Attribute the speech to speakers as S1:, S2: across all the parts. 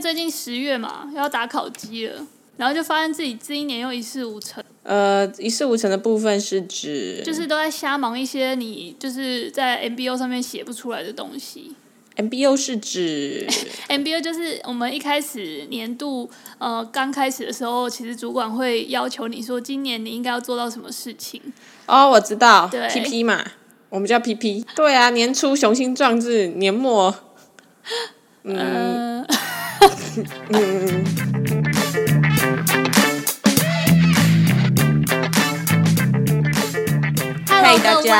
S1: 最近十月嘛，要打烤鸡了，然后就发现自己这一年又一事无成，
S2: 呃，一事无成的部分是指
S1: 就是都在瞎忙一些你就是在 MBO 上面写不出来的东西。
S2: MBO 是指
S1: MBA 就是我们一开始年度呃刚开始的时候，其实主管会要求你说今年你应该要做到什么事情。
S2: 哦，我知道
S1: 对
S2: ，PP 嘛，我们叫 PP。对啊，年初雄心壮志，年末
S1: 嗯、Hello，
S2: 嗨大家
S1: 各位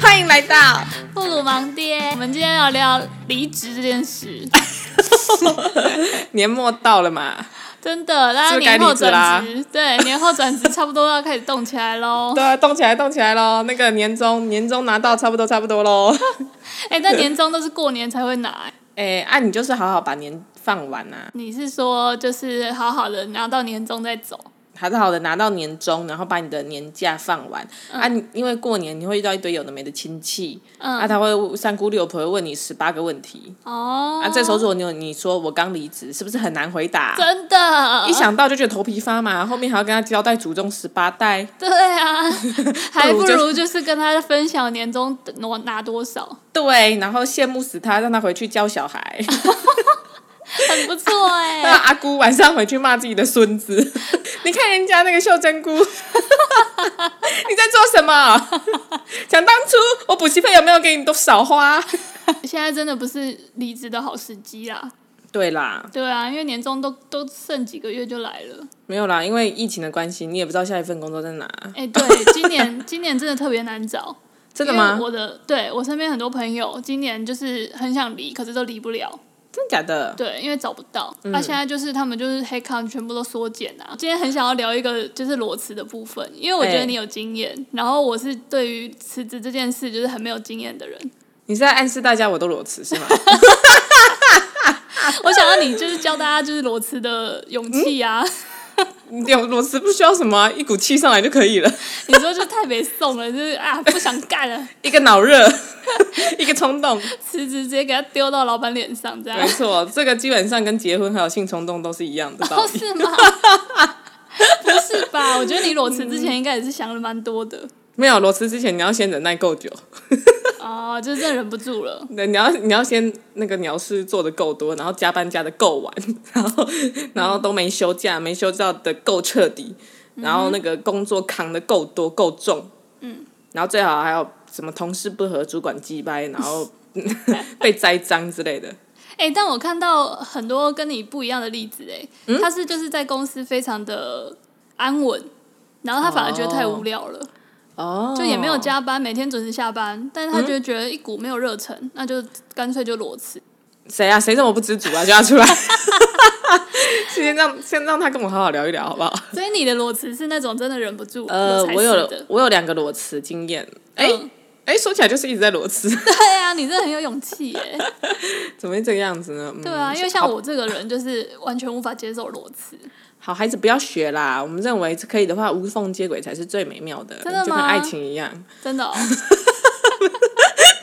S2: 欢迎来到。
S1: 布鲁盲爹，我们今天要聊离职这件事，
S2: 年末到了嘛？
S1: 真的，大家
S2: 是不是该
S1: 年后
S2: 离职啦
S1: 转职，对， 年后转职差不多要开始动起来 喽。
S2: 对啊，动起来，动起来喽！那个年终，年终拿到差不多，差不多喽。
S1: 哎、但年终都是过年才会拿、哎
S2: 哎，啊，你就是好好把年放完啊，
S1: 你是说就是好好的拿到年终再走？
S2: 好好的拿到年终，然后把你的年假放完、啊你。因为过年你会遇到一堆有的没的亲戚，
S1: 嗯
S2: 啊，他会三姑六婆会问你十八个问题。
S1: 哦，
S2: 啊，这时候如果你有你说我刚离职，是不是很难回答？
S1: 真的
S2: 一想到就觉得头皮发麻，后面还要跟他交代祖宗十八代。
S1: 对啊， 还不
S2: 不如就
S1: 如就是跟他分享年终拿拿多少，
S2: 对，然后羡慕死他，让他回去教小孩。
S1: 很不错 哎、
S2: 那阿姑晚上回去骂自己的孙子， 你看人家那个秀珍姑， 你在做什么？想当初我补习费有没有给你多少花？
S1: 现在真的不是离职的好时机啦。
S2: 对啦，
S1: 对啊，因为年终都都剩几个月就来了。
S2: 没有啦，因为疫情的关系，你也不知道下一份工作在哪。
S1: 哎、对，今年今年真的特别难找。
S2: 真的吗
S1: 因为？我的对我身边很多朋友今年就是很想离，可是都离不了。
S2: 真的假的？
S1: 对，因为找不到。
S2: 嗯
S1: 那、现在就是他们就是黑 count 全部都缩减啊。今天很想要聊一个就是裸辞的部分，因为我觉得
S2: 哎
S1: 你有经验，然后我是对于辞职这件事就是很没有经验的人。
S2: 你是在暗示大家我都裸辞是吗？
S1: 我想要你就是教大家就是裸辞的勇气啊！
S2: 嗯你裸裸辞不需要什么啊、一股气上来就可以了。
S1: 你说就太没送了，就是啊不想干了，
S2: 一个脑热， 一个冲动，
S1: 辞职直接给他丢到老板脸上这样
S2: 没。错，这个基本上跟结婚还有性冲动都是一样的道
S1: 哦，
S2: 理。
S1: 是吗？ 不是吧？我觉得你裸辞之前应该也是想了蛮多的
S2: 没有裸辞之前，你要先忍耐够久，嗯
S1: 哦，就是真的忍不住了。
S2: 对，你要你要先那个鸟事做的够多，然后加班加的够晚， 然后然后都没休假，没休假的够彻底，然后那个工作扛的够多够重，嗯，然后最好还有什么同事不和、主管鸡掰，然后 被栽赃之类的。
S1: 哎、但我看到很多跟你不一样的例子、哎、
S2: 嗯
S1: 他是就是在公司非常的安稳，然后他反而觉得太无聊了，
S2: 哦，
S1: 就也没有加班，每天准时下班，但是他就觉得一股没有热忱，
S2: 嗯
S1: 那就干脆就裸辞。
S2: 谁啊？谁这么不知足啊？叫他 出来。先让先让他跟我好好聊一聊，好不好？
S1: 所以你的裸辞是那种真的忍不住
S2: 呃，
S1: 裸才
S2: 我有
S1: 死的，
S2: 我有两个裸辞经验，哎、
S1: 嗯
S2: 哎、说起来就是一直在裸辞，
S1: 对啊，你真的很有勇气耶、
S2: 怎么会这个样子呢？嗯、
S1: 对啊，因为像我这个人就是完全无法接受裸辞，
S2: 好孩子不要学啦，我们认为可以的话，无缝接轨才是最美妙的，
S1: 真的吗
S2: 就跟爱情一样，
S1: 真 的、哦。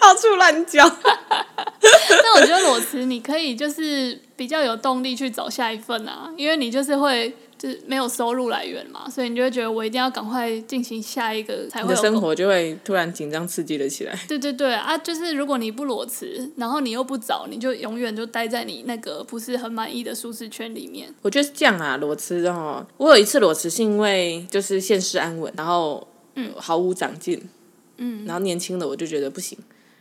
S2: 到处乱交。
S1: 但我觉得裸辞你可以就是比较有动力去找下一份啊，因为你就是会就是没有收入来源嘛，所以你就会觉得我一定要赶快进行下一个才
S2: 你
S1: 会
S2: 的
S1: 有
S2: 生
S1: 工。
S2: 活就会突然紧张刺激了起来。
S1: 对对对啊，就是如果你不裸辞，然后你又不找，你就永远就待在你那个不是很满意的舒适圈里面。
S2: 我觉得是这样啊，裸辞哦，我有一次裸辞是因为就是现实安稳，然后嗯毫无长进，嗯，然后年轻的我就觉得不行，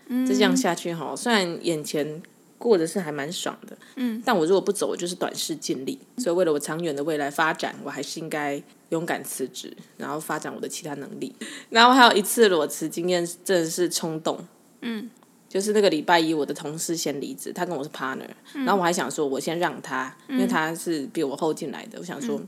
S2: 嗯，这样下去哈，虽然眼前过得是还蛮爽的，嗯，但我如果不走，我就是短视近利，所以为了我长远的未来发展，我还是应该勇敢辞职，然后发展我的其他能力。然后还有一次裸辞经验真的是冲动，嗯。就是那个礼拜一，我的同事先离职，他跟我是 partner，、然后我还想说，我先让他，因为他是比我后进来的，我想说，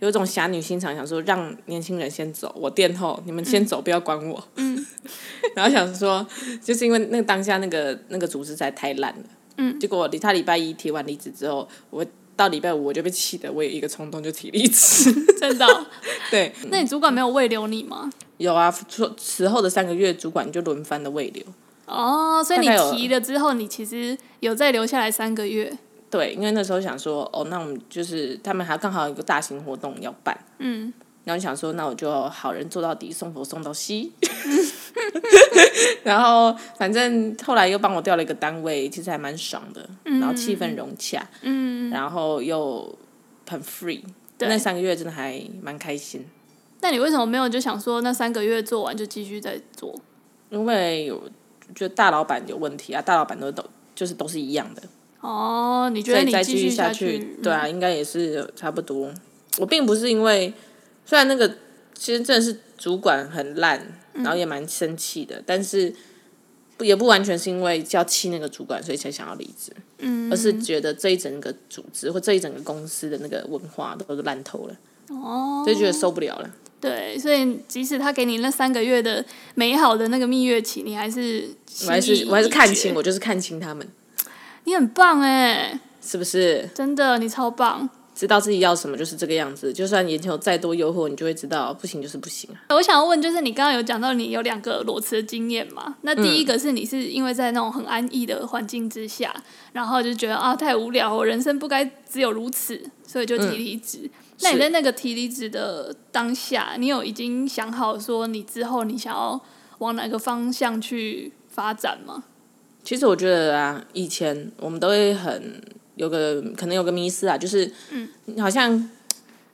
S2: 有一种侠女心肠，想说让年轻人先走，我垫后，你们先走，不要管我。嗯， 然后想说，就是因为那个当下那个那个组织实在太烂了，嗯，结果他礼拜一提完离职之后，我到礼拜五我就被气的，我有一个冲动就提离职。
S1: 真的哦、
S2: 对，
S1: 那你主管没有慰留你吗？
S2: 有啊，辞辞后的三个月，主管就轮番的慰留。
S1: 哦，所以你
S2: 大概有
S1: 提了之后，你其实有再留下来三个月。
S2: 对，因为那时候想说，哦，那我们就是他们还刚好有一个大型活动要办，嗯，然后就想说，那我就好人做到底，送佛送到西。 然后反正后来又帮我调了一个单位，其实还蛮爽的，然后气氛融洽，嗯，然后又很 free，
S1: 对
S2: 那三个月真的还蛮开心，
S1: 那你为什么没有就想说那三个月做完就继续再做？
S2: 因为我觉得大老板有问题啊，大老板都都就是都是一样的，
S1: 哦，你觉
S2: 所
S1: 得
S2: 以
S1: 你
S2: 再
S1: 继
S2: 续
S1: 下
S2: 去，
S1: 嗯
S2: 对啊，应该也是差不多。我并不是因为，虽然那个其实真的是主管很烂，
S1: 嗯
S2: 然后也蛮生气的，但是不也不完全是因为要气那个主管，所以才想要离职，嗯，而是觉得这一整个组织或这一整个公司的那个文化都是烂透了，哦，就觉得受不了了。
S1: 对，所以即使他给你那三个月的美好的那个蜜月期，你还是
S2: 我还
S1: 心意
S2: 是我还是看
S1: 已
S2: 清，
S1: 决
S2: 我就是看清他们
S1: 你很棒哎、
S2: 是不是
S1: 真的你超棒。
S2: 知道自己要什么，就是这个样子。就算眼前有再多诱惑，你就会知道不行就是不行啊。
S1: 我想要问，就是你刚刚有讲到你有两个裸辞的经验嘛？那第
S2: 嗯
S1: 一个是你是因为在那种很安逸的环境之下，然后就觉得啊太无聊，我人生不该只有如此，所以就提离职。那你
S2: 嗯是
S1: 在那个提离职的当下，你有已经想好说你之后你想要往哪个方向去发展吗？
S2: 其实我觉得啊，以前我们都会很有个可能有个迷思啊，就是嗯，好像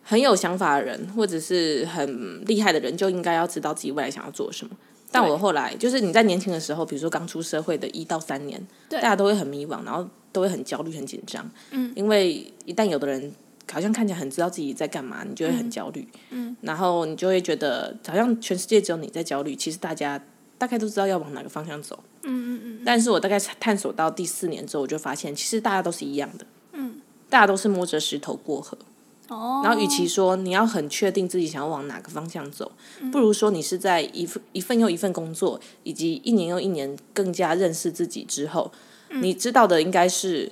S2: 很有想法的人或者是很厉害的人，就应该要知道自己未来想要做什么。但我后来就是你在年轻的时候，比如说刚出社会的一到三年，
S1: 对
S2: 大家都会很迷惘，然后都会很焦虑、很紧张。嗯，因为一旦有的人好像看起来很知道自己在干嘛，你就会很焦虑。嗯，然后你就会觉得好像全世界只有你在焦虑，其实大家大概都知道要往哪个方向走。但是我大概探索到第四年之后，我就发现其实大家都是一样的，嗯，大家都是摸着石头过河。
S1: 哦，
S2: 然后，与其说你要很确定自己想要往哪个方向走，不如说你是在一份一份又一份工作，以及一年又一年更加认识自己之后，你知道的应该是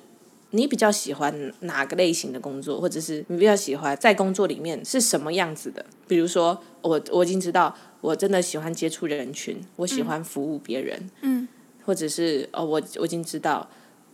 S2: 你比较喜欢哪个类型的工作，或者是你比较喜欢在工作里面是什么样子的。比如说，我我已经知道我真的喜欢接触人群，我喜欢服务别人，嗯，或者是哦，我我已经知道，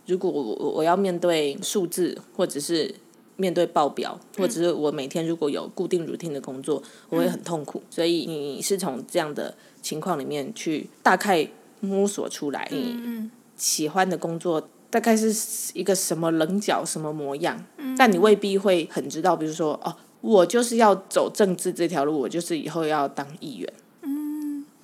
S2: 如果我我我要面对数字，或者是面对报表，或者是我每天如果有固定 routine 的工作，我会很痛苦。所以你是从这样的情况里面去大概摸索出来你喜欢的工作大概是一个什么棱角、什么模样，但你未必会很知道，比如说哦，我就是要走政治这条路，我就是以后要当议员。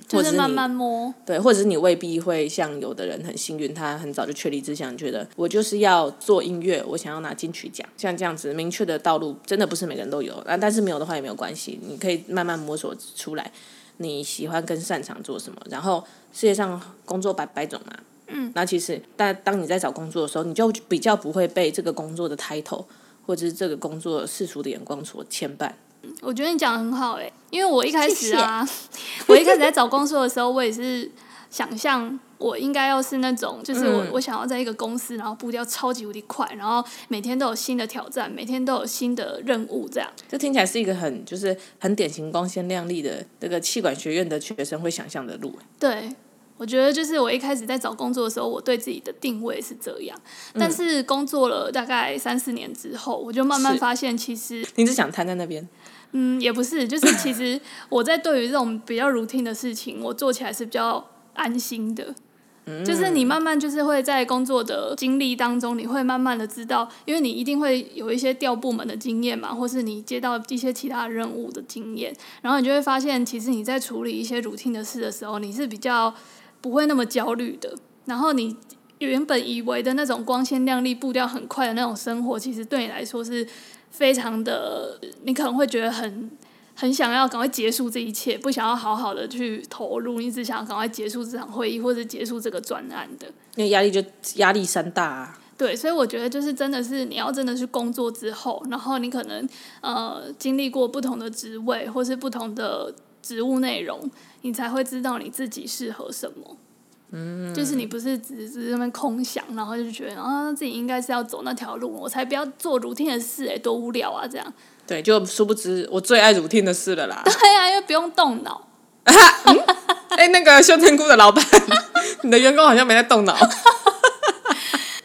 S1: 就
S2: 或者
S1: 是
S2: 是
S1: 慢
S2: 你
S1: 慢摸，
S2: 对，或者是你未必会像有的人很幸运，他很早就确立志向，觉得我就是要做音乐，我想要拿金曲奖，像这样子明确的道路，真的不是每个人都有。啊，但是没有的话也没有关系，你可以慢慢摸索出来你喜欢跟擅长做什么。然后世界上工作百百种嘛，嗯，那其实但当你在找工作的时候，你就比较不会被这个工作的 title 或者是这个工作世俗的眼光所牵绊。
S1: 我觉得你讲的很好哎、因为我一开始啊， 我一开始在找工作的时候，我也是想象我应该要是那种，就是我、我想要在一个公司，然后步调超级无敌快，然后每天都有新的挑战，每天都有新的任务这样。
S2: 这听起来是一个很就是很典型光鲜亮丽的那个气管学院的学生会想象的路。
S1: 对，我觉得就是我一开始在找工作的时候，我对自己的定位是这样，但是工作了大概三四年之后，我就慢慢
S2: 是
S1: 发现其实
S2: 你只想瘫在那边，
S1: 嗯，也不是，就是 其实我在对于这种比较 routine 的事情，我做起来是比较安心的。就是你慢慢就是会在工作的经历当中，你会慢慢的知道，因为你一定会有一些调部门的经验嘛，或是你接到一些其他任务的经验，然后你就会发现，其实你在处理一些 routine 的事的时候，你是比较不会那么焦虑的。然后你原本以为的那种光鲜亮丽、步调很快的那种生活，其实对你来说是非常的，你可能会觉得很很想要赶快结束这一切，不想要好好的去投入，你只想要赶快结束这场会议或者结束这个专案的。
S2: 那压力就压力山大、啊。
S1: 对，所以我觉得就是真的是你要真的去工作之后，然后你可能呃经历过不同的职位或是不同的职务内容，你才会知道你自己适合什么。嗯，就是你不是只是在那边空想，然后就觉得啊自己应该是要走那条路，我才不要做 routine 的事、欸，多无聊啊这样。
S2: 对，就殊不知我最爱 routine 的事了啦。
S1: 对啊，因为不用动脑。
S2: 哎、那个修仙菇的老板， 你的员工好像没在动脑。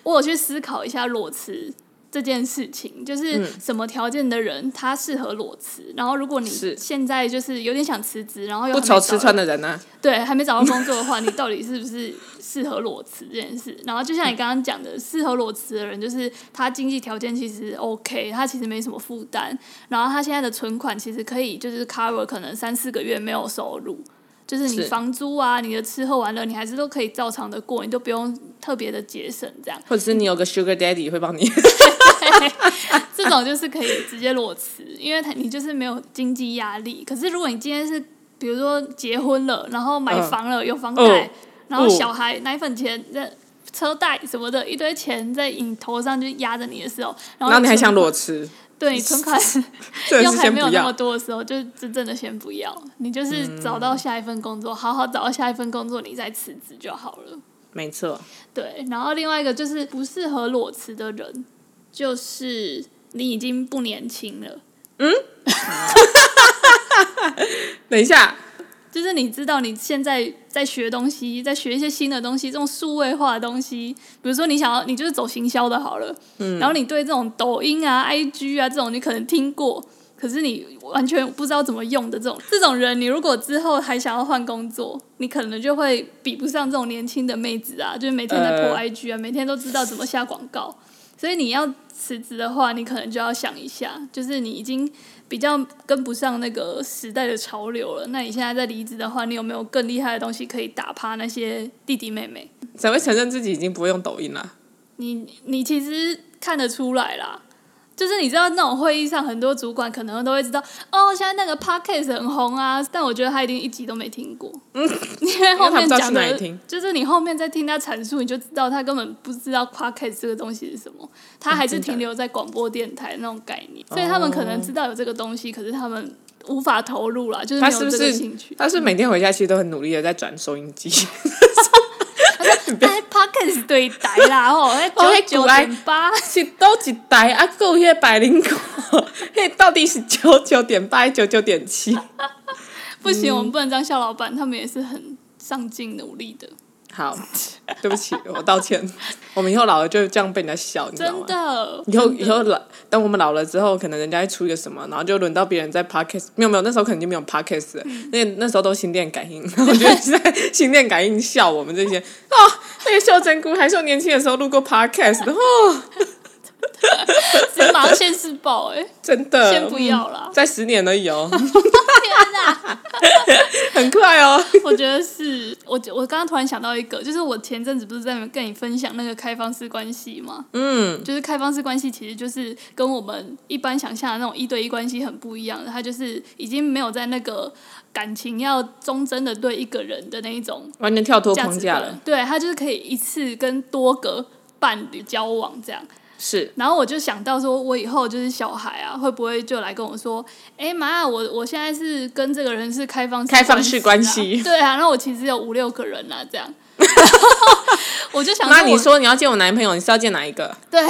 S1: 我有去思考一下裸辞这件事情，就是
S2: 嗯
S1: 什么条件的人他适合裸辞。然后，如果你
S2: 是
S1: 现在就是有点想辞职，然后又
S2: 不
S1: 还没
S2: 愁
S1: 找
S2: 吃穿的人呢、啊
S1: 对，还没找到工作的话，你到底是不是适合裸辞这件事？然后就像你刚刚讲的，适合裸辞的人，就是他经济条件其实 OK，他其实没什么负担，然后他现在的存款其实可以就是 cover 可能三四个月没有收入，就是你
S2: 是
S1: 房租啊、你的吃喝玩乐，你还是都可以照常的过，你都不用特别的节省这样。
S2: 或者是你有个 Sugar Daddy 会帮你。
S1: 这种就是可以直接裸辞，因为他你就是没有经济压力。可是如果你今天是比如说结婚了，然后买
S2: 嗯
S1: 房了，有房贷，
S2: 哦
S1: 然后
S2: 哦
S1: 小孩、奶粉钱、这车贷什么的，一堆钱在你头上就压着你的时候，然
S2: 然
S1: 后
S2: 后你还
S1: 存
S2: 想裸辞，
S1: 对你存款
S2: 这
S1: 又
S2: 是
S1: 还
S2: 先
S1: 没有
S2: 不
S1: 那么
S2: 要。嗯
S1: 多的时候，就真正的先不要。你就是找到下一份工作，好好找到下一份工作，你再辞职就好了。
S2: 没错，
S1: 对，然后另外一个就是不适合裸辞的人，就是你已经不年轻了，
S2: 等一下，
S1: 就是你知道你现在在学东西，在学一些新的东西，这种数位化的东西，比如说你想要你就是走行销的好了，然后你对这种抖音啊、IG 啊这种你可能听过。可是你完全不知道怎么用的这种这种人，你如果之后还想要换工作，你可能就会比不上这种年轻的妹子啊，就是每天在
S2: 呃
S1: po IG 啊，每天都知道怎么下广告。所以你要辞职的话，你可能就要想一下，就是你已经比较跟不上那个时代的潮流了。那你现在在离职的话，你有没有更厉害的东西可以打趴那些弟弟妹妹？
S2: 谁会承认自己已经不会用抖音了？
S1: 你你其实看得出来啦。就是你知道那种会议上，很多主管可能都会知道哦，现在那个 podcast 很红啊，但我觉得他一定一集都没听过， 因为后
S2: 嗯因为他不
S1: 面
S2: 知道去
S1: 讲
S2: 哪里
S1: 的
S2: 听，
S1: 就是你后面再听他阐述，你就知道他根本不知道 podcast 这个东西是什么，他还是
S2: 哦真的哦
S1: 停留在广播电台那种概念，所以他们可能知道有这个东西，可是他们无法投入啦，就是没
S2: 他
S1: 有
S2: 是不
S1: 这个
S2: 是
S1: 兴趣。
S2: 他是每天回家其实都很努力的在转收音机，
S1: 哎 podcast 对台啦，吼，哎
S2: 哦那
S1: 九九
S2: 古埃
S1: 点八。
S2: 是都一台啊，够迄百灵果，迄到底是九九点八九九点七？
S1: 不行，
S2: 嗯
S1: 我们不能这样笑老板，他们也是很上进努力的，
S2: 好，对不起，我道歉。我们以后老了就这样被人家笑，你知道
S1: 真
S2: 吗？
S1: 的。
S2: 以后
S1: 真的
S2: 以后老，等我们老了之后，可能人家会出一个什么，然后就轮到别人在 podcast，没有没有，那时候可能就没有 podcast 了，那那时候都心电感应，然后我觉得在心电感应笑我们这些哦，那个秀珍姑还是我年轻的时候录过 podcast 的哦，
S1: 直接马上现世报 哎、
S2: 真的，
S1: 先不要啦
S2: 嗯 在十年而已哦，
S1: 天哪！
S2: 很快哦，
S1: 我觉得是我我刚刚突然想到一个，就是我前阵子不是在跟你分享那个开放式关系吗？
S2: 嗯，
S1: 就是开放式关系其实就是跟我们一般想象的那种一对一关系很不一样的，它就是已经没有在那个感情要忠贞的对一个人的那一种
S2: 完全跳脱
S1: 价
S2: 框
S1: 值
S2: 架
S1: 观
S2: 了，，
S1: 对他就是可以一次跟多个伴侣交往这样。
S2: 是
S1: 然后我就想到说，我以后就是小孩啊，会不会就来跟我说，哎妈，我我现在是跟这个人是开放式
S2: 开放式
S1: 关
S2: 关
S1: 啊
S2: 系
S1: 对啊，然后我其实有五六个人啊，这 样，我就想
S2: 妈，
S1: 我
S2: 你说你要见我男朋友，你是要见哪一个？
S1: 对，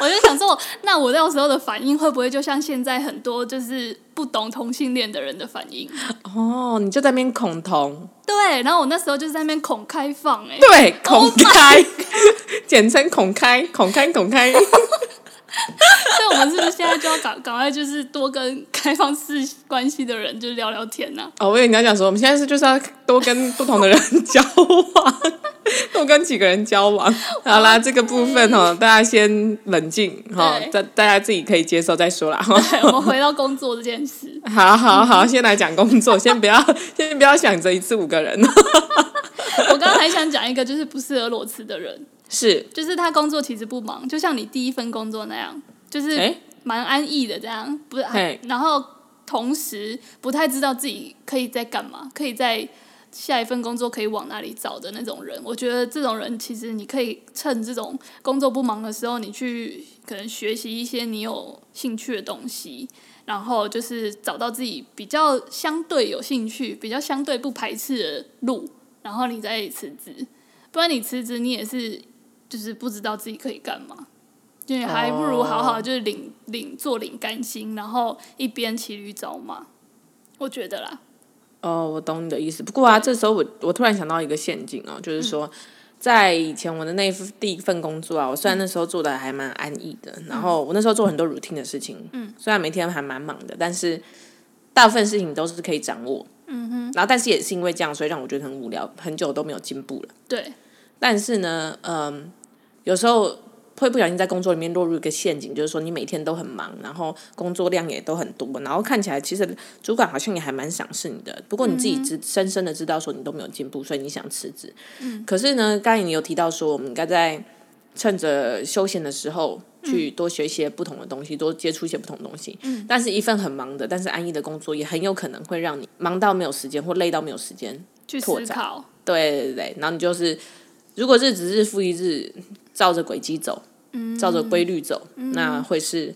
S1: 我就想说，那我到时候的反应会不会就像现在很多就是不懂同性恋的人的反应？
S2: 哦，你就在那边恐同，
S1: 对，然后我那时候就在那边恐开放、哎，
S2: 对，恐
S1: Oh my
S2: 开， 简称恐开，恐开，恐 开，
S1: 所以我们是不是现在就要赶赶快就是多跟开放式关系的人就聊聊天呢、
S2: 哦，我以为你要讲说，我们现在是就是要多跟不同的人交往，多跟几个人 交往。好啦，这个部分哦，大家先冷静哈，
S1: 对
S2: 大大家自己可以接受再说啦哦哈。
S1: 对，我们回到工作这件事。
S2: 好好好，先来讲工 作，先不要先不要想着一次五个人，
S1: 我刚刚还想讲一个，就是不适合裸辞的人，
S2: 是
S1: 就是他工作其实不忙，就像你第一份工作那样，就是
S2: 哎
S1: 蛮安逸的这样，不
S2: 嘿
S1: 然后同时不太知道自己可以在干嘛，可以在下一份工作可以往哪里找的那种人。我觉得这种人其实你可以趁这种工作不忙的时候，你去可能学习一些你有兴趣的东西。然后就是找到自己比较相对有兴趣、比较相对不排斥的路，然后你再辞职。不然你辞职，你也是就是不知道自己可以干嘛，就你还不如好
S2: 哦
S1: 好就是领、领做领干薪，然后一边骑驴找马，我觉得啦。
S2: 哦，我懂你的意思。不过啊，这时候我我突然想到一个陷阱哦，就是说，在以前我的那一份第一份工作啊，我虽然那时候做的还蛮安逸的，然后我那时候做很多 routine 的事情，嗯，虽然每天还蛮忙的，但是大部分事情都是可以掌握，嗯哼。然后，但是也是因为这样，所以让我觉得很无聊，很久都没有进步了。
S1: 对，
S2: 但是呢，嗯，有时候会不小心在工作里面落入一个陷阱，就是说你每天都很忙，然后工作量也都很多，然后看起来其实主管好像也还蛮赏识你的，不过你自己知深深的知道说你都没有进步，所以你想辞职。嗯、可是呢，刚才你有提到说我们应该在趁着休闲的时候。去多学一些不同的东西，多接触一些不同的东西。嗯、但是，一份很忙的，但是安逸的工作，也很有可能会让你忙到没有时间，或累到没有时间
S1: 去
S2: 拓
S1: 思
S2: 展
S1: 考，
S2: 对对对，然后你就是，如果日子日复一日照着轨迹走，照着规律走，那会是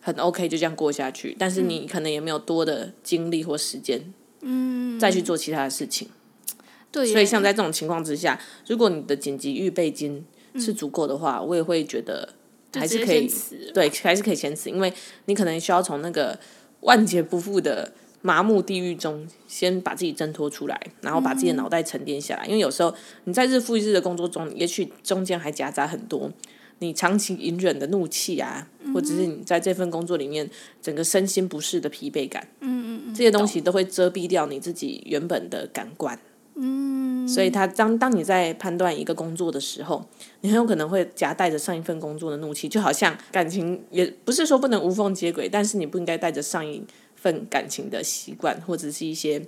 S2: 很 OK，就这样过下去。但是你可能也没有多的精力或时间，嗯，再去做其他的事情。
S1: 对耶，
S2: 所以像在这种情况之下，如果你的紧急预备金是足够的话，我也会觉得还
S1: 直
S2: 是
S1: 接
S2: 可以
S1: 先辞了
S2: 对，还是可以先死，因为你可能需要从那个万劫不复的麻木地狱中，先把自己挣脱出来，然后把自己的脑袋沉淀下来。因为有时候你在日复一日的工作中，也许中间还夹杂很多你长期隐忍的怒气啊，或者是你在这份工作里面整个身心不适的疲惫感，嗯嗯嗯，这些东西都会遮蔽掉你自己原本的感官。嗯，所以他当当你在判断一个工作的时候，你很有可能会夹带着上一份工作的怒气，就好像感情也不是说不能无缝接轨，但是你不应该带着上一份感情的习惯或者是一些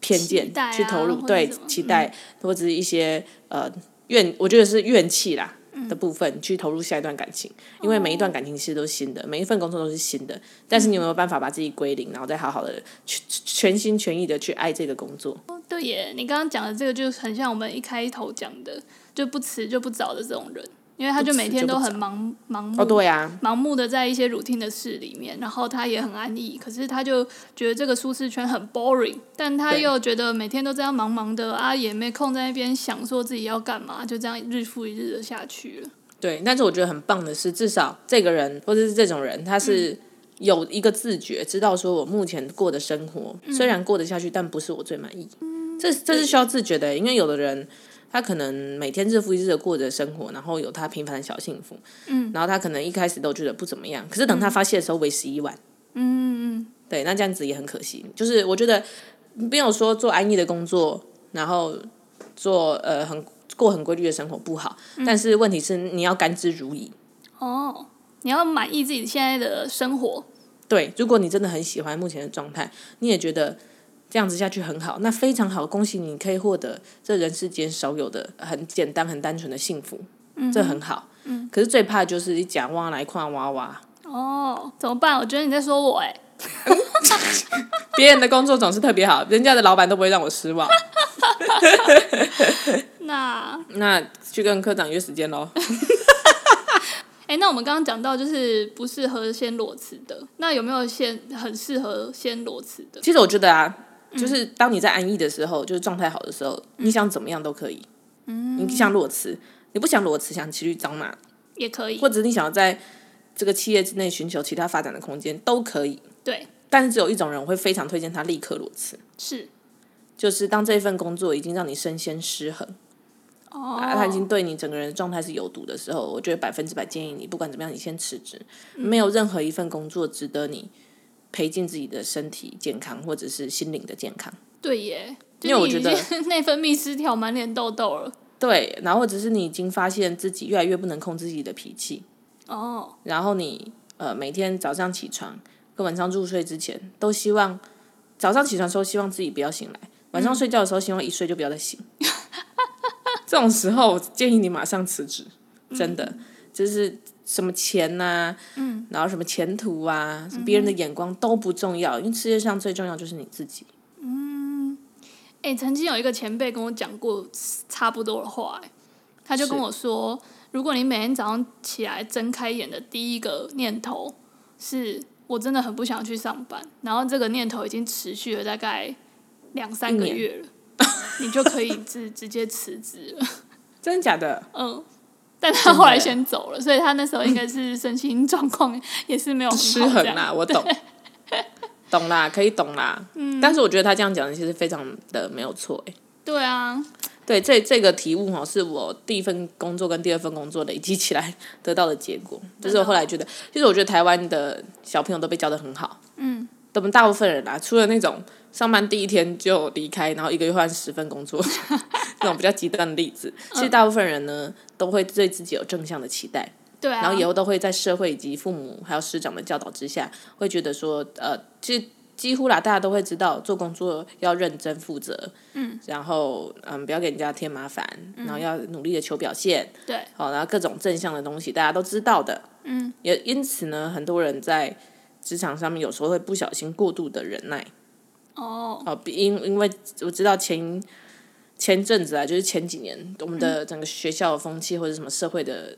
S2: 偏见
S1: 期待啊
S2: 去投入，
S1: 或者
S2: 对
S1: 什么嗯
S2: 期待、或者是一些呃怨，我觉得是怨气啦。
S1: 嗯
S2: 的部分去投入下一段感情，因为每一段感情其实都是新
S1: 嗯
S2: 的，每一份工作都是新的，但是你有没有办法把自己归零，然后再好好的去全心全意的去爱这个工作？
S1: 对耶，你刚刚讲的这个就很像我们一开头讲的，就不辞就不找的这种人，因为他就每天都很忙盲目、
S2: 哦，对啊，
S1: 盲目的在一些 routine 的事里面，然后他也很安逸，可是他就觉得这个舒适圈很 boring，但他
S2: 对
S1: 又觉得每天都这样忙忙的啊，也没空在那边想说自己要干嘛，就这样日复一日的下去了。
S2: 对，但是我觉得很棒的是，至少这个人或者是这种人，他是有一个自觉，知道说我目前过的生活、虽然过得下去，但不是我最满意。这这是需要自觉的，欸因为有的人他可能每天日复一日的过着生活，然后有他平凡的小幸福，嗯，然后他可能一开始都觉得不怎么样，可是等他发泄的时候为时已晚，嗯嗯，对，那这样子也很可惜。就是我觉得没有说做安逸的工作，然后做呃很过很规律的生活不好，但是问题是你要甘之如饴。
S1: 哦，你要满意自己现在的生活，
S2: 对，如果你真的很喜欢目前的状态，你也觉得这样子下去很好，那非常好，恭喜你可以获得这人世间少有的很简单、很单纯的幸福，这很好。嗯、可是最怕的就是你假挖来夸娃娃，
S1: 哦，怎么办？我觉得你在说我哎、
S2: 别人的工作总是特别好，人家的老板都不会让我失望。
S1: 那
S2: 那去跟科长约时间喽。
S1: 哎、那我们刚刚讲到就是不适合先裸辞的，那有没有先很适合先裸辞的？
S2: 其实我觉得啊，就是当你在安逸的时候，就是状态好的时候，你想怎么样都可以。嗯，你想裸辞，你不想裸辞，想骑驴找马，
S1: 也可以
S2: 或，者你想要在这个企业之内寻求其他发展的空间，都可以。
S1: 对，
S2: 但是只有一种人，我会非常推荐他立刻裸辞，
S1: 是
S2: 就是当这份工作已经让你身心失衡，
S1: 哦，
S2: 啊，他已经对你整个人的状态是有毒的时候，我觉得百分之百建议你，不管怎么样，你先辞职。没有任何一份工作值得你赔进自己的身体健康或者是心灵的健康。
S1: 对耶，就
S2: 因为我
S1: 你
S2: 觉
S1: 已
S2: 得
S1: 经 内分泌失调，满脸痘痘了。
S2: 对，然后或者是你已经发现自己越来越不能控制自己的脾气，
S1: 哦，
S2: 然后你呃每天早上起床跟晚上入睡之前都希望早上起床的时候希望自己不要醒来，晚上睡觉的时候希望一睡就不要再醒。 这种时候，我建议你马上辞职，真的、 就是什么钱呐、嗯，然后什么前途啊，别人的眼光都不重要，因为世界上最重要就是你自己。
S1: 哎，曾经有一个前辈跟我讲过差不多的话，哎，他就是跟我说，如果你每天早上起来睁开眼的第一个念头是我真的很不想去上班，然后这个念头已经持续了大概两三个
S2: 一年
S1: 月 了，你就可以直直接辞职了。
S2: 真的假的？
S1: 嗯，但他后来先走了，所 以他那时候应该是身心状况也是没有很好
S2: 失衡啊
S1: 这样
S2: 啦，我懂。懂啦，可以懂啦。嗯，但是我觉得他这样讲的其实非常的没有错、欸，
S1: 对啊，
S2: 对，这这个题目哈，是我第一份工作跟第二份工作累积起来得到的结果。就是我后来觉得，其实我觉得台湾的小朋友都被教的很好，
S1: 嗯，
S2: 我们大部分人啦、啊除了那种上班第一天就离开，然后一个月换十份工作那种比较极端的例子，其实大部分人呢都会对自己有正向的期待，
S1: 对啊，
S2: 然后以后都会在社会以及父母还有师长的教导之下，会觉得说，呃，其实几乎啦，大家都会知道做工作要认真负责，嗯，然后嗯，不要给人家添麻烦，
S1: 嗯
S2: 然后要努力的求表现，
S1: 对，
S2: 好，然后各种正向的东西大家都知道的，
S1: 嗯，
S2: 也因此呢，很多人在职场上面有时候会不小心过度的忍耐，
S1: 哦，
S2: 哦，比因因为我知道前前阵子啊，就是前几年，我们的整个学校的风气或者什么社会的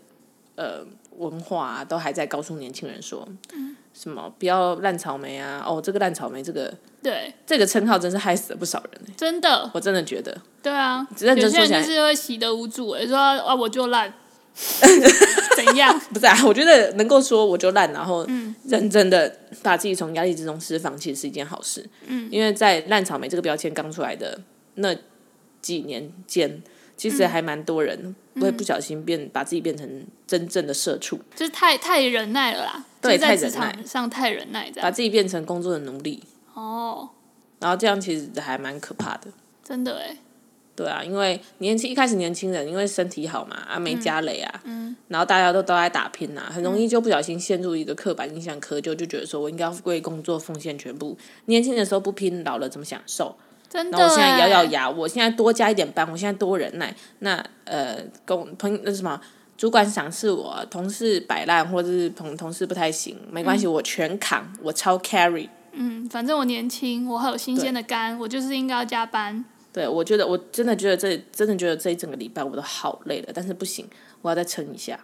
S2: 呃文化、啊，都还在告诉年轻人说，什么不要烂草莓啊，哦，这个烂草莓，这个
S1: 对，
S2: 这个称号真是害死了不少人、欸、
S1: 真的，
S2: 我真的觉得，
S1: 对啊，
S2: 只认
S1: 有
S2: 真
S1: 些
S2: 说
S1: 人
S2: 起
S1: 就
S2: 来，
S1: 是会喜得无助、欸，说啊我就 烂，怎样？
S2: 不是啊，我觉得能够说我就烂，然后认真的把自己从压力之中释放，其实是一件好事。嗯，因为在烂草莓这个标签刚出来的那几年间，其实还蛮多人会不小心变、把自己变成真正的社畜，
S1: 就是太太忍耐了啦，就
S2: 对
S1: 是在
S2: 太
S1: 职
S2: 忍耐
S1: 场上太忍耐这
S2: 把
S1: 样。
S2: 自己变成工作的奴隶，
S1: 哦，
S2: 然后这样其实还蛮可怕的。
S1: 真的哎，
S2: 对啊，因为年轻一开始年轻人因为身体好嘛，啊没家累啊，然后大家都都在打拼啊，很容易就不小心陷入一个刻板印象窠臼，就觉得说我应该要为工作奉献全部。年轻的时候不拼，老了怎么享受？
S1: 真的
S2: 然
S1: 欸。
S2: 后我现在咬咬牙，我现在多加一点班，我现在多忍耐。那呃，工朋那什么，主管赏识我，同事摆烂，或者是同同事不太行，没关系，我全扛，我超 carry。
S1: 嗯，反正我年轻，我还有新鲜的肝，我就是应该要加班。
S2: 对，我觉得我真的觉得这真的觉得这一整个礼拜我都好累了，但是不行，我要再撑一下，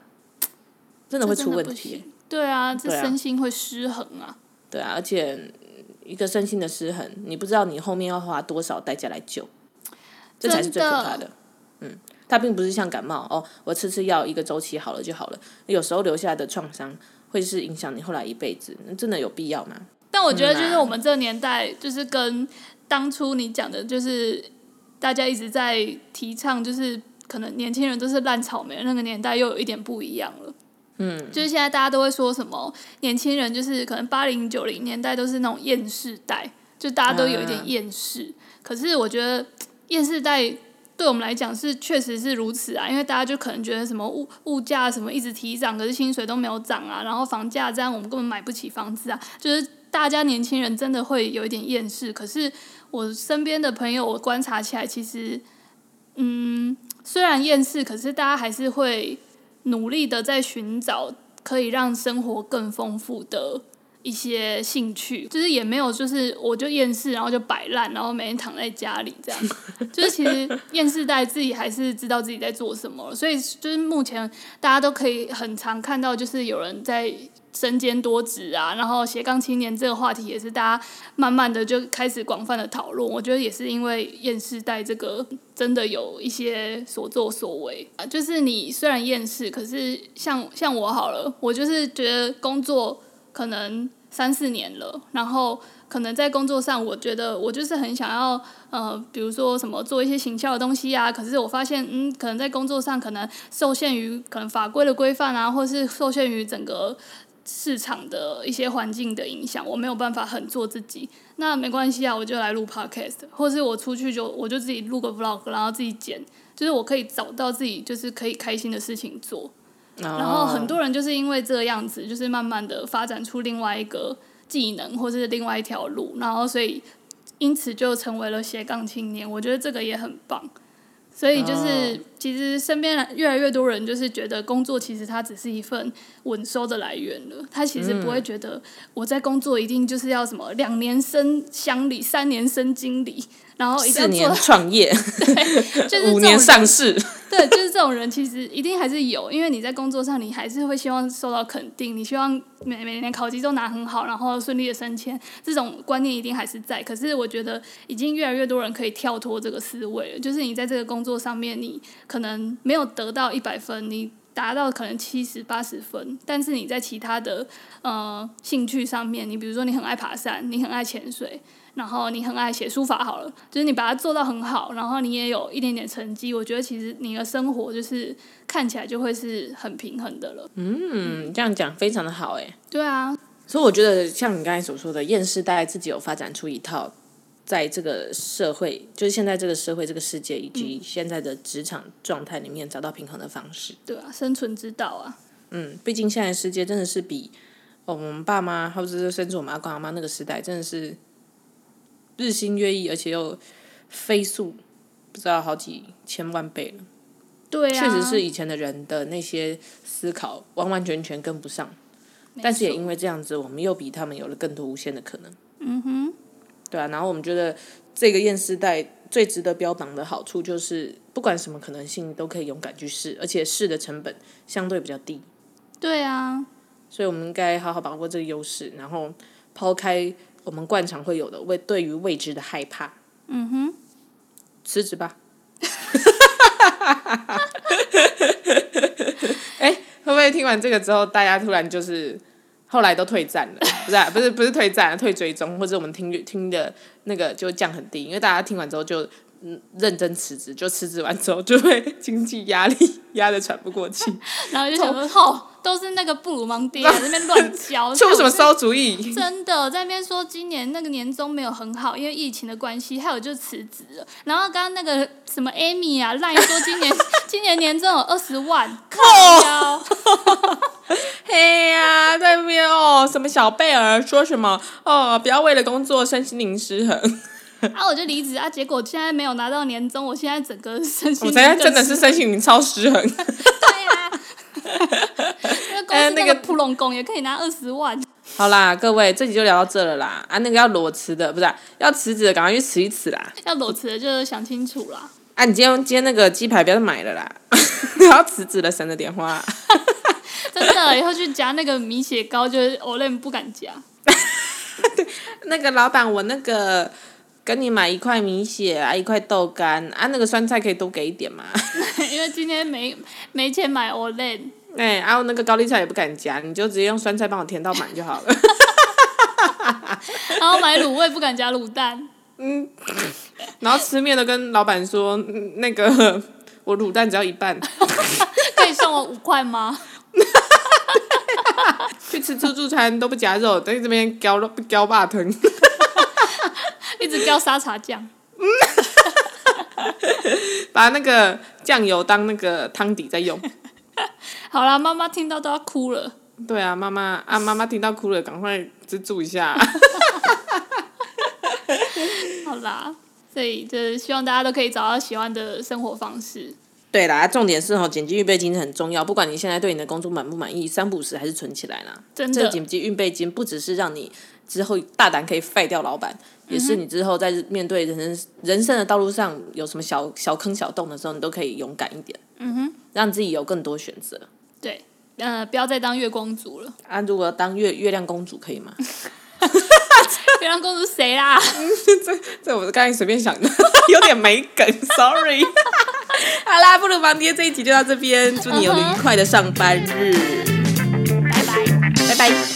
S2: 真的会
S1: 这真
S2: 出
S1: 的
S2: 问
S1: 不
S2: 题耶。
S1: 行对啊，这
S2: 对啊
S1: 身心会失衡啊。
S2: 对啊，而且嗯一个身心的失衡，你不知道你后面要花多少代价来救，这才是最可怕
S1: 真
S2: 的。嗯，它并不是像感冒哦，我吃吃药一个周期好了就好了，有时候留下来的创伤会是影响你后来一辈子，那真的有必要吗？
S1: 但我觉得就是我们这个年代，就是跟当初你讲的，就是大家一直在提倡，就是可能年轻人都是烂草莓那个年代，又有一点不一样了。嗯，就是现在大家都会说什么年轻人，就是可能八零九零年代都是那种厌世代，就大家都有一点厌世。可是我觉得厌世代对我们来讲是确实是如此啊，因为大家就可能觉得什么物物价什么一直提涨，可是薪水都没有涨啊，然后房价这样我们根本买不起房子啊，就是大家年轻人真的会有一点厌世。可是我身边的朋友，我观察起来，其实嗯，虽然厌世，可是大家还是会努力的在寻找可以让生活更丰富的一些兴趣，就是也没有就是我就厌世，然后就摆烂，然后每天躺在家里这样。就是其实厌世代自己还是知道自己在做什么，所以就是目前大家都可以很常看到，就是有人在。身兼多职啊，然后斜杠青年这个话题也是大家慢慢的就开始广泛的讨论。我觉得也是因为厌世代这个真的有一些所作所为啊，就是你虽然厌世，可是像像我好了，我就是觉得工作可能三四年了，然后可能在工作上，我觉得我就是很想要呃，比如说什么做一些行销的东西啊，可是我发现嗯，可能在工作上可能受限于可能法规的规范啊，或是受限于整个。市场的一些环境的影响，我没有办法很做自己。那没关系啊，我就来录 podcast，或是我出去就我就自己录个 vlog，然后自己剪，就是我可以找到自己就是可以开心的事情做。然
S2: 然
S1: 后很多人就是因为这样子，就是慢慢的发展出另外一个技能或是另外一条路，然后所以因此就成为了斜杠青年。我觉得这个也很棒。所以就是
S2: 哦
S1: 其实身边来越来越多人就是觉得工作其实它只是一份稳收的来源了，他其实不会觉得我在工作一定就是要什么两年升乡里，三年升经理，然后一定
S2: 哦四
S1: 要
S2: 年
S1: 做
S2: 创业，
S1: 到就是这
S2: 五
S1: 种
S2: 年
S1: 人
S2: 上市，
S1: 对，就是这种人，其实一定还是有，因为你在工作上，你还是会希望受到肯定，你希望每每年考级都拿很好，然后顺利的升迁，这种观念一定还是在。可是我觉得，已经越来越多人可以跳脱这个思维了，就是你在这个工作上面，你可能没有得到一百分，你达到可能七十八十分，但是你在其他的呃兴趣上面，你比如说你很爱爬山，你很爱潜水，然后你很爱写书法，好了，就是你把它做到很好，然后你也有一点点成绩，我觉得其实你的生活就是看起来就会是很平衡的了。
S2: 嗯，这样讲非常的好哎。
S1: 对啊，
S2: 所以我觉得像你刚才所说的，厌世大概自己有发展出一套，在这个社会，就是现在这个社会、这个世界以及现在的职场状态里面找到平衡的方式。
S1: 对啊，生存之道啊，
S2: 嗯，毕竟现在的世界真的是比、哦、我们爸妈，或者是甚至我们阿公阿妈那个时代，真的是日新月异，而且又飞速，不知道好几千万倍了。
S1: 对啊，
S2: 确实是以前的人的那些思考完完全全跟不上。
S1: 没
S2: 但是也
S1: 错
S2: 因为这样子，我们又比他们有了更多无限的可能。嗯哼，对啊。然后我们觉得这个厌世代最值得标榜的好处就是，不管什么可能性都可以勇敢去试，而且试的成本相对比较低，
S1: 对啊，
S2: 所以我们应该好好把握这个优势，然后抛开我们惯常会有的未对于未知的害怕。嗯哼，辞职 吧。哎、会不会听完这个之后，大家突然就是后来都退战了？ 不是、啊，不是，不是退战、啊，退追踪，或者我们听听的那个就降很低，因为大家听完之后就嗯认真辞职，就辞职完之后就会 经济压力压得喘不过气，
S1: 然后就想说，吼，都是那个布鲁蒙 迪啊，在那边乱教，
S2: 出什么
S1: 像
S2: 馊主意？
S1: 真的在那边说今年那个年终没有很好，因为疫情的关系，还有就辞职了。然后刚刚那个什么 Amy 啊，赖说今年 今年年终有二十万，
S2: 哦
S1: 靠腰，
S2: 嘿呀、在那边哦，什么小贝儿说什么哦，不要为了工作身心灵失衡，
S1: 啊我就离职啊，结果现在没有拿到年终，我现在整个身心
S2: 我
S1: 灵
S2: 才真的
S1: 更
S2: 是身心灵超失衡。
S1: 对啊。那公
S2: 哎
S1: 司
S2: 那
S1: 那
S2: 个
S1: 个普龙工也可以拿二十万，
S2: 好啦，各位，这集就聊到这了啦。啊，那个要裸辞的，不是啊、要辞职的，赶快去辞一辞啦。
S1: 要裸辞的就是想清楚啦。
S2: 啊，你今天今天那个鸡排不要再买了啦， 然后辞职了省着点花、
S1: 真的，以后去夹那个米血糕，就是 Olen 不敢夹。
S2: 那个老板，我那个跟你买一块米血啊，一块豆干啊，那个酸菜可以多给一点嘛。
S1: 因为今天没没钱买 Olen，
S2: 哎、然啊，我那个高丽菜也不敢夹，你就直接用酸菜帮我填到满就好了。
S1: 然后买卤味不敢夹卤蛋，
S2: 然后吃面的跟老板说，嗯那个 我卤蛋只要一半，
S1: 可以送我五块吗？
S2: 去吃自助餐都不夹肉，在这边叼肉叼霸疼。
S1: 一直叫沙茶酱，
S2: 把那个酱油当那个汤底在用。
S1: 好啦，妈妈听到都要哭了。
S2: 对啊，妈妈啊，妈妈听到哭了，赶快资助一下。
S1: 好啦，所以就是希望大家都可以找到喜欢的生活方式。
S2: 对啦，重点是哦，紧急预备金很重要。不管你现在对你的工作满不满意，三不五时还是存起来啦。
S1: 真的
S2: 这个紧急预备金不只是让你之后大胆可以废掉老板，也是你之后在面对人生人生的道路上有什么小小坑小洞的时候，你都可以勇敢一点。嗯哼，让自己有更多选择。
S1: 对，呃，不要再当月光族了。
S2: 啊，如果当月月亮公主可以吗？
S1: 月亮公主谁啦？
S2: 这我是刚才随便想的， 有点没梗，sorry。好啦，不如忙爹这一集就到这边，祝你有愉快的上班日，
S1: 拜拜。
S2: 嗯拜拜。